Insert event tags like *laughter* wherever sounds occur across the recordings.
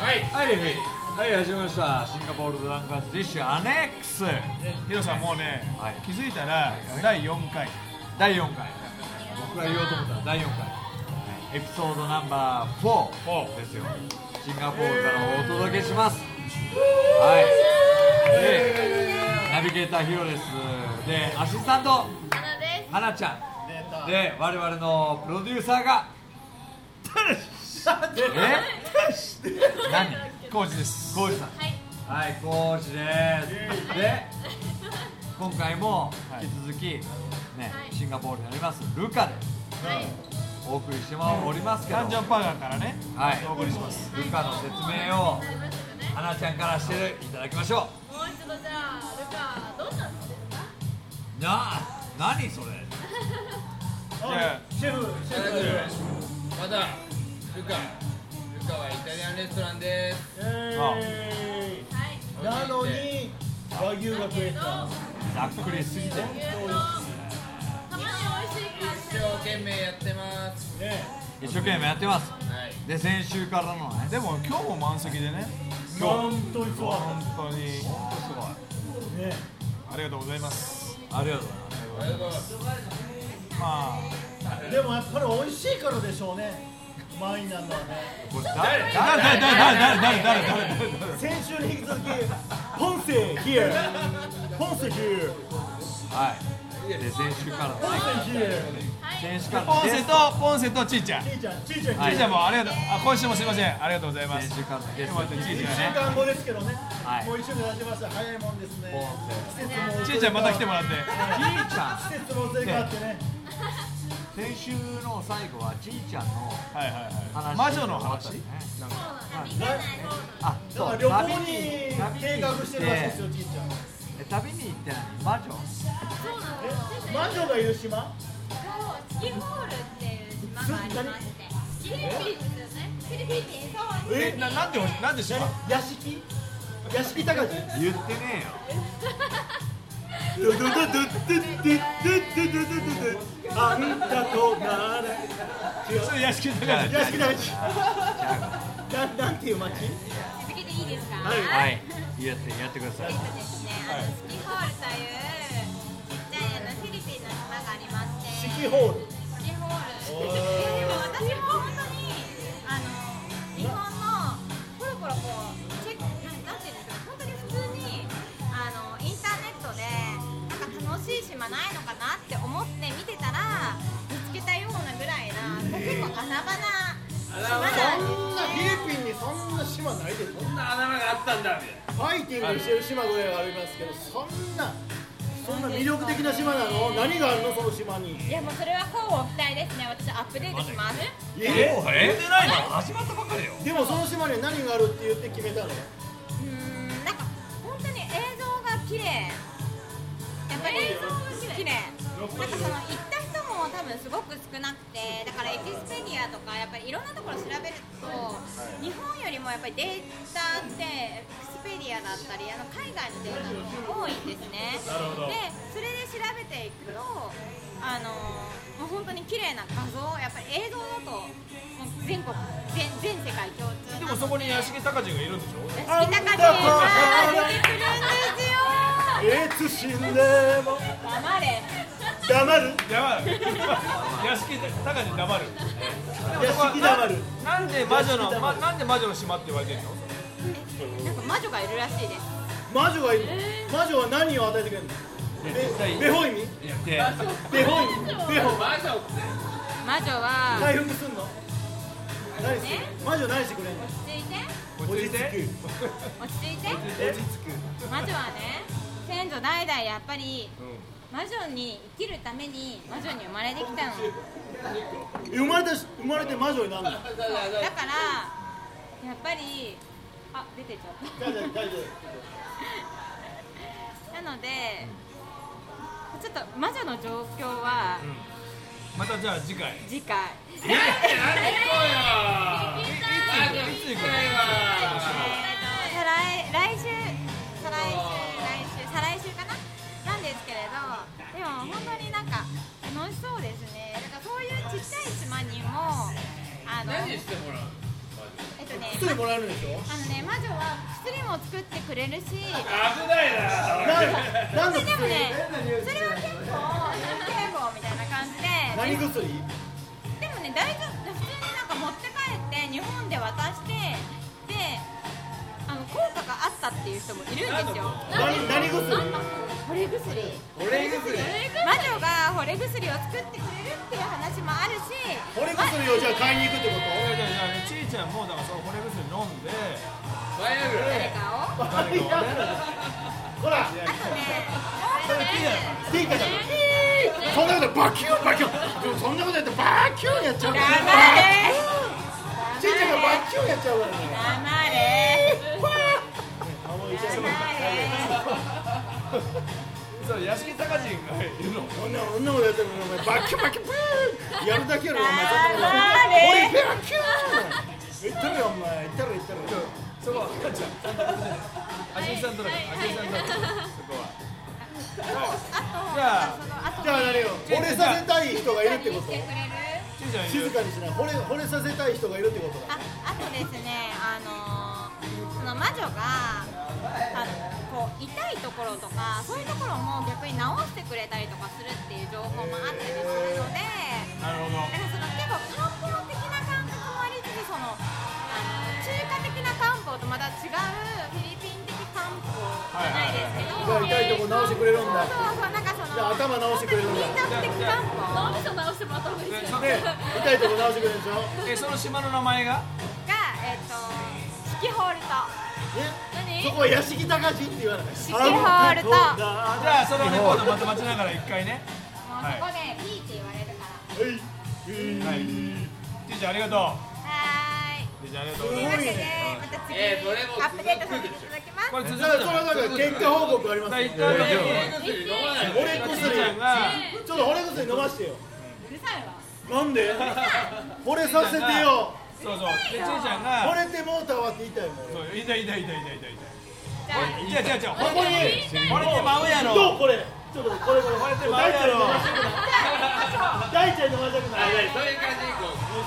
はいはいレフェリーはい始めましたシンガポールドランカーズディッシュアネックスヒロさんもうね、はい気づいたらい第4回第4回僕が言おうと思ったら第4回エピソードナンバー4ですよシンガポールからお届けしますはいでナビゲーターヒロですでアシスタント花で花ちゃんで我々のプロデューサーがえ何コージですコウジさんす。はい。はい、コーチです。で、今回もはい引き続き、ねはいシンガポールにありますルカではい。お送りしておりますけど、誕生パーガンからね、はいお送りしますルカの説明をなりましたかね。花ちゃんからしていただきましょもう一度じゃあルカどうなんですか。う。なあ、何それ。じゃシェフシェフまだルカルカはイタリアンレストランですーはい。なのに和牛だが増けえどたざっくりすぎて。牛丼たまに美味しい感じ一生懸命やってますね一生懸命やってます。はいで、先週からのねあ、でも今日も満席でね本当にそう本当にほんとすごい。ねありがとうございますありがとうございありがとうございますまあでもやっぱり美味しいからでしょうね満員なんだはねます。これ誰、誰、誰、誰、誰、誰、誰、誰、誰、誰、誰。先週に引き続き本性 here 本性 here はい。で、先週からのね本性 here はい。先週からのポンゲセスとポンセとちいちゃんちちいちゃんちいちゃんはいいちゃんもありがとうあ今週もすいませんありがとうございト、ま先す週からのゲスト、ちいちゃん1週ね間後ですけどね、はいもう一緒にやってました早いもんですね季節もちいちゃんまた来てもらってちいちゃん。季節も移り変わってね先週の最後はちいちゃんのはいはいはい話魔女の話ねそうなんです。行けないあ方なんだかそらう旅行旅にに計画してるらしいですよ、ちいちゃん。え旅に行って何魔女です。そうなんです。え、魔女がいる島？スキホールっていう島がありまして、フィリピンですよね。フィリピンそう。えななんでなんで知らん屋敷？屋敷高地？言ってねあんたとなれ。それ屋敷だから屋敷高地。なんなんていう町？続けていいですか。えよはいやってやってくださえいっとですね、あのスキホールというちっちゃいあのフィリピンの島がありまして、四季ホール。スキホール。でも私も本当にあの日本のコロコロこうチェックなんていうんですか、本当に普通にあのインターネットでなんか楽しい島ないのかなって思って見てたら見つけたようなぐらいなとても穴場な島なんそんなですフね。ィリピンにそんな島ないでしょ。そんな穴場があったんだみたいなファイティングしてる島ぐらいはありますけど、そんなそんな魅力的な島なの？何があるのその島に？いやもうそれはこう期待ですね。私アップデートします。え？え出ないの始まったばかりよでもその島には何があるって言って決めたの？うーんなんか本当に映像が綺麗やっぱり映像が綺麗なんかその行った人も多分すごく少なくてだからエキスペディアとかやっぱりいろんなところ調べると日本よりもやっぱりデータってエキスペディアだったりあの海外のデータの方が多いんですねでそれで調べていくとあのもう本当に綺麗な画像やっぱり映像だともう全国全全世界共通なでものそこに屋敷高人がいるんでしょ好き高人が出てくるんですよえつしんでも黙れ黙る。黙る屋敷高人黙る屋敷黙る。なんで魔女の、ま、なんで魔女の島って言われてるのなんか魔女がいるらしいです魔女がいる。魔女は何を与えてくれるの？対ベホイミ？やってベホイミ？ベホイミ？マジョ魔女は回復すんの？何する？魔女何してくれるの？落ち着いて落ち着いて落ち着いて落ち着く。魔女はね先祖代々やっぱり魔女に生きるために魔女に生まれてきたの生まれたし生まれて魔女になるの。大だからやっぱりあ出てっちゃった丈夫大丈なのでちょっと魔女の状況はまたじゃあ次回次回え何行こうよマジョ行きたいわ再来来週再来週来週再来週かななんですけれどでも本当になんか楽しそうですねだからそういうちっちゃい島にもあの何してもらうのマえっとね薬もらえるんでしょあのね魔女は薬も作ってくれるし危ないな何の何のでも薬ねそれは結構警棒みたいな感じで何薬でもね大丈夫普通になんか持って帰って日本で渡してであの効果があったっていう人もいるんですよ何何薬惚れ薬俺れ薬魔女が惚れ薬を作ってくれるっていう話もあるしこれ薬をじゃあ買いに行くってこいやいやいやちいちゃんもだからその骨薬飲んでバイアグラ誰かをあと誰かをねほらとねそれ聞いたよステーキだからそんなことバキュンバキュンでもそんなことやってバキュンやっちゃう黙かれらちっちゃいからバキュンやっちゃうからね黙れ黙れ青いそう屋敷隆人がいるのそんなそんなことやってるのお前バキュンバキュンブーンやるだけやろお前黙れおいバキュン言ってるよお前言ってる言ってるそこは赤ちゃんアシスタントだからアシスタントだからそこはじゃああとじゃあね何よ惚れさせたい人がいるってことしてくれるちいちゃんい静るかにしない惚れ惚れさせたい人がいるってことだああとですね、あのーその魔女があのこう痛いところとかそういうところも逆に治してくれたりとかするっていう情報もあったりするのでなるほどだからその結構漢方的な感覚もありつつそのあの中華的な漢方とまた違うフィリピン的漢方じゃないですけど、じゃあ痛いとこ直してくれるんそだうそうそうなんかそのじゃあ頭直してくれるんだ本当に民族的漢方脳みそ直してもらった方がいいですよえそで痛いとこ直してくれるでえそしょの島の名前ががえっ、とシキホールと。ねそこは屋敷隆って言わないシキホールとあじゃあそのレポートまた待ちながら一回ねもうそこでピーって言われるから。はいちいちゃんありがとはうーい。ちいちゃんありがとうとございういますわけで、また次えーそれアもップデートさせていただきます。これ続だくからそれはだから結果報告あります第よ一回目にちい俺俺薬飲まない薬ちゃんがちょっと惚れ薬飲ましてうよるさいわ。なんで惚れさせてよそうそうでちいちゃん惚がれてもうたわって言いたいもんそういたいたいたいたいたいじゃたいた違あ、う違う違うここに惚れてまうやろどうこれちょっとこれこ惚れれてまう大やちゃんろ飲ませてくない大ちゃん飲ませてくないでしそうい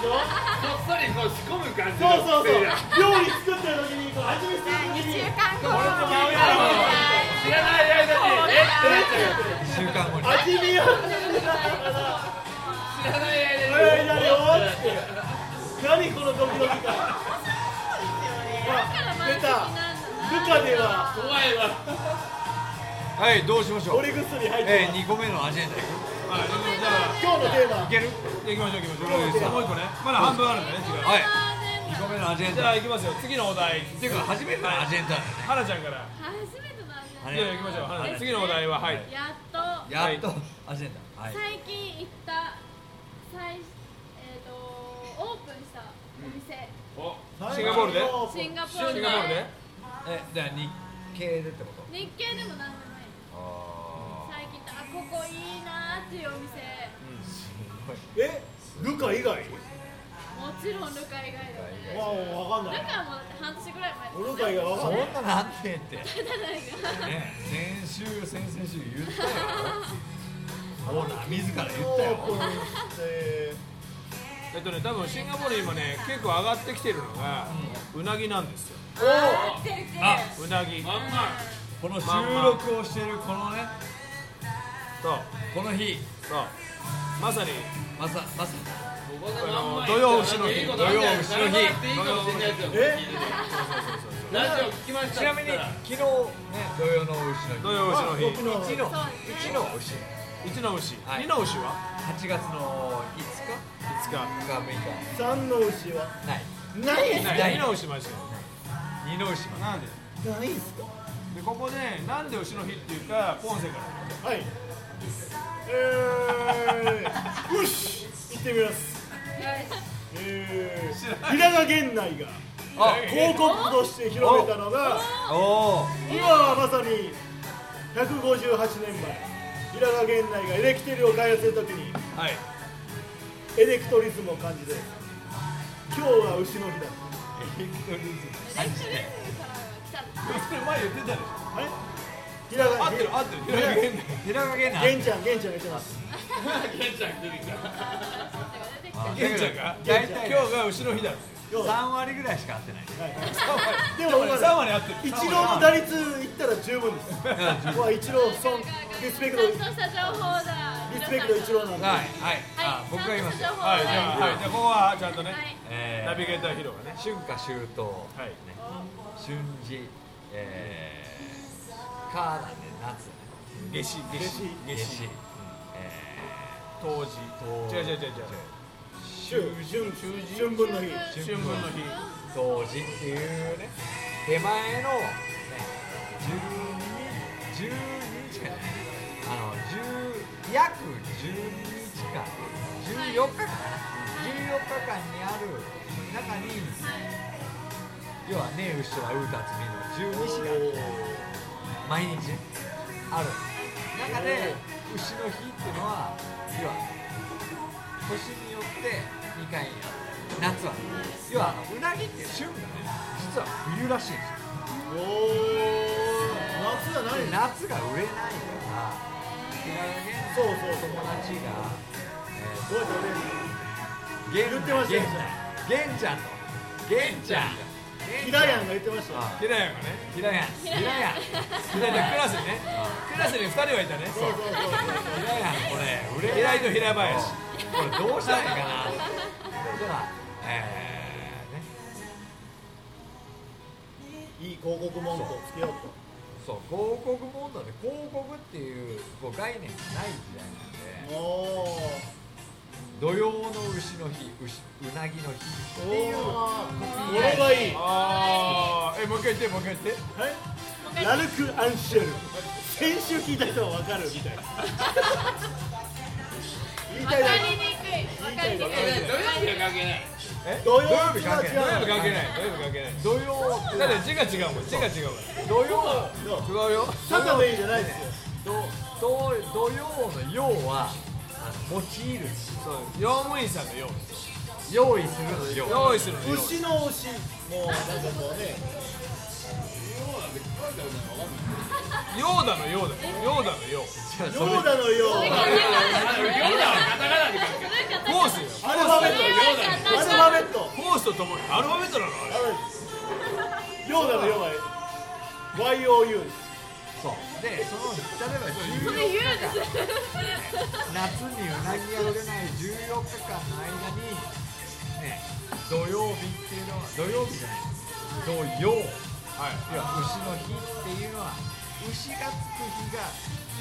う感じにこうこっそりこう仕込む感じょのそうそうそう薬だ料理作ってる時にこう味見二す週る時に間後。まうやろ知らない間にえっ週てなっちゃうよ間後に味見をしてながら知らないおい間誰よっにて何このドキドキ感ほら出た部下では怖いわはいどうしましょう俺薬入ってえるー、2個目のアジェンダいくはいじゃ今日のテーマいけるあ行きましょう行きましょうもう一個ねまだ半分あるんだね時間はい2個目のアジェンじゃダあっ行きますよ次のお題ていうか初めてのアジェンダだよね花ちゃんから初めての味あだれじゃあ行きましょう花ちゃん次のお題ははいやっとやっとアジェンダはい最近行った最、えー、とオープンしたお店、シンガポールでシンガポールシでンガポールでえじゃあ日系でってこと日系でもなんでもないあ最近行ったあここいいなーっていうお店えルカ以外もちろんルカ以外でもねわわかんルないカも半年ぐらい前ルカ *laughs* 以外わーかそんんないななんてってじゃないですかね先週先々週言ったよオーナー自ら言ったオよープンしてえっとね多分シンガポール今ね結構上がってきてるのがうなぎなんですよおあうなぎまんまこの収録をしてるこのねそうこの日そうまさにまさまさここでまんま土曜節の日いいことあるんじゃないですか土曜節の日ならなくていいかもしれないですよえラジオ聞きましたちなみに昨日ね土曜の牛の日土曜牛の日僕の一の一の牛一の牛はい二の牛は8月の5日5日が6日三の牛はないないんすない二の牛マジで二の牛なんでかないんすでここでなんで牛の日っていうかポンセからかはいえーよし行ってみますえー平賀源内があ広告として広めたのがおお今はまさに158年前平賀源内がエレキテルを開発するときに *laughs* はいエレクトリズムを感じて今日は牛の日だ感じでそれ前言ってたでしあれ平ょ合賀ってる合ってる平賀源内平賀源内源ちゃん源ちゃんが言ってますケンちゃん出てきたあ源ちゃんが源ちゃん今日が牛の日だってよう3割ぐらいしか合ってないでも俺3割合ってるイチローの打率いったら十分ですうわイチローそんリスペクトちゃんとした情報だ。リスペクトイチローなんではいはいあ僕が言いますよはいじゃあはいじゃあここはちゃんとねはいえナビーゲーターヒロがね春夏秋冬はいね春時えーかなんで夏夏至夏至夏夏至至え冬至冬違う違う違う違う春春春分の日春分の日ー冬至っていうね手前のね12日12日間あの10約12日間14日間かな14日間にある中に要は「ねうしはうたつみ」の12お日がー毎日ねある中で牛の日っていうのは要は年によって2回やる夏は要はうなぎって旬がね実は冬らしいんですよおー夏じゃないでの夏が売れないからそう平そうそうの友達が、えーどうやって俺ゲン言ってましたよゲンちゃんゲンちゃんとゲンちゃんヒダヤンが言ってましたよあ平山がねひらやんひらやん平山クラスにねクラスに2人はいたねそうそうそうひらやんこれ売れ平ない井と平林これどうしたらいいかなと思ってたら、えーね、いい広告文句をつけようとそう広告問題で広告っていうこう概念がない時代なんでおー土曜の牛の日牛うなぎの日っていうこれがいいああえもう一回言ってもう一回言ってラルク・アンシェル先週聞いた人は分かるみたいな言いわたかいりだにくい。わかりにく土い。曜日は関係ないえ土曜土曜日関係違な土曜い日関係ない土曜日関係ない土曜ってだって字が違うもん字が違うから土曜そ違ううよサタデーじゃないですよ土土土曜の用はあの用いるそう用務員さんの用用意するの用用意するの用牛の牛もうなんかこうねヨーダのヨーダヨーダのヨー違うそヨれーダのようヨーダはカタカナで書くコースよアルファベットアルファベットコースとともにアルファベットなのあれヨーダのようは YOU ですそうでその例えばそ14れ言日うん間です。夏にうなぎが売れない14日間の間に、ね、土曜日っていうのは土曜日じゃない土曜要はいは牛の日っていうのは牛がつく日が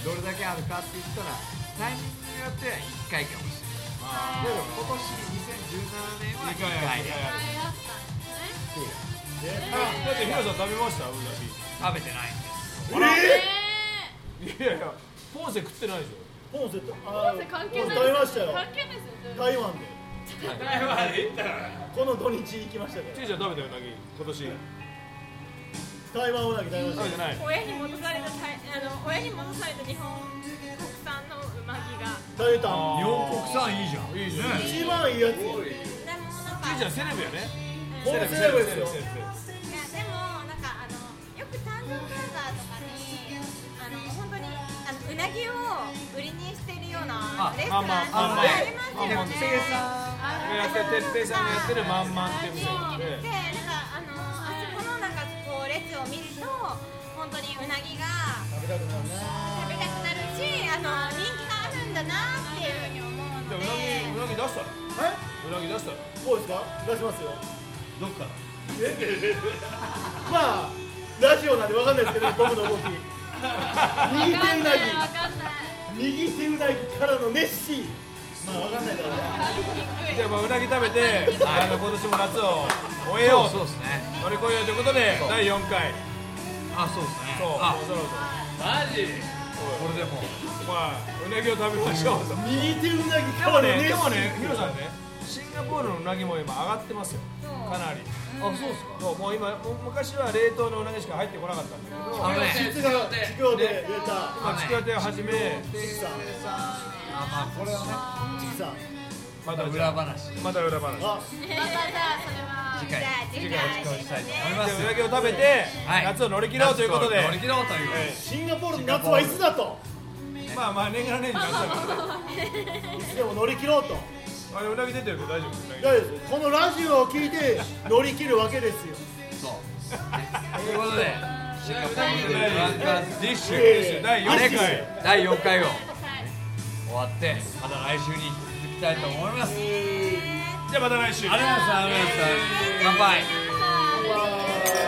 どれだけあるかって言ったらタイミングによっては1回かもしれないだけど今年2017年は二1回回やる二で回やるっていうだってヒロさん食べましたうな食べてないんでえぎいやいやポンセ食ってないでしょポンセットコース関係ない。食べましたよ関係ないですよ。台湾で台湾で行ったらこの土日行きましたかちいちゃん食べたうなぎ今年ら台湾うなぎ食べ食ましたべてない親に戻されたタイあの親に戻された日本国産のうまぎが食べたあー日本国産いいじゃんいいじゃんちい一番いいやつでもなんかちゃんセレブやねポンセレブですよセレブいやでもなんかあのよく誕生会バーとかにあの本当にあのうなぎを売りにしてるようなあレストランまあまあありますよね。まあまあでやってるてっぺいさんがやってるまんまんって店があってなんかあのあそこのなんかこう列を見ると本当にうなぎが食べたくなる食べたくなるしあの人気があるんだなっていうふうに思うのじゃあうで。なぎうなぎ出したらなえうなぎ出したらこうですか出しますよどっからまあラジオなんでわかんないですけど僕の動き右手うなわかんない。ぎ右手うなぎからのネッシーまあわかんないからねじゃあまあうなぎ食べてあの今年も夏を終えようそうですね乗り越えようということでそう第四回あそうですねそうあそうそうそうマジこれでもうまあうなぎを食べましょうと右手うなぎでからものねネッシーでもねヒロさんねシンガポールのうなぎも今上がってますよかなりあそうですかそうもう今もう昔は冷凍のうなぎしか入ってこなかったんだけどあのね実が授業で出たまあちくわ亭をはじめあまあこれはじいさんまたねじ裏ゃあ話また裏話あまたじゃあそれは。次回じゃあ次次回お回聞かせしたいと思いますでうなぎを食べてはい夏を乗り切ろうということで乗り切ろうという、シンガポールの夏はいつだとまあまあ年がら年中夏だからいつでも乗り切ろうとあれうなぎ出てるけど大丈夫うなぎ大丈夫ですこのラジオを聞いて乗り切るわけですよそうねということでシンガポールでブランカーズディッシいやいやいやあれでュ第4すよ回第4回をはい終わってまた来週に続きたいと思いますありじゃあまた来週がとうございました乾杯うわー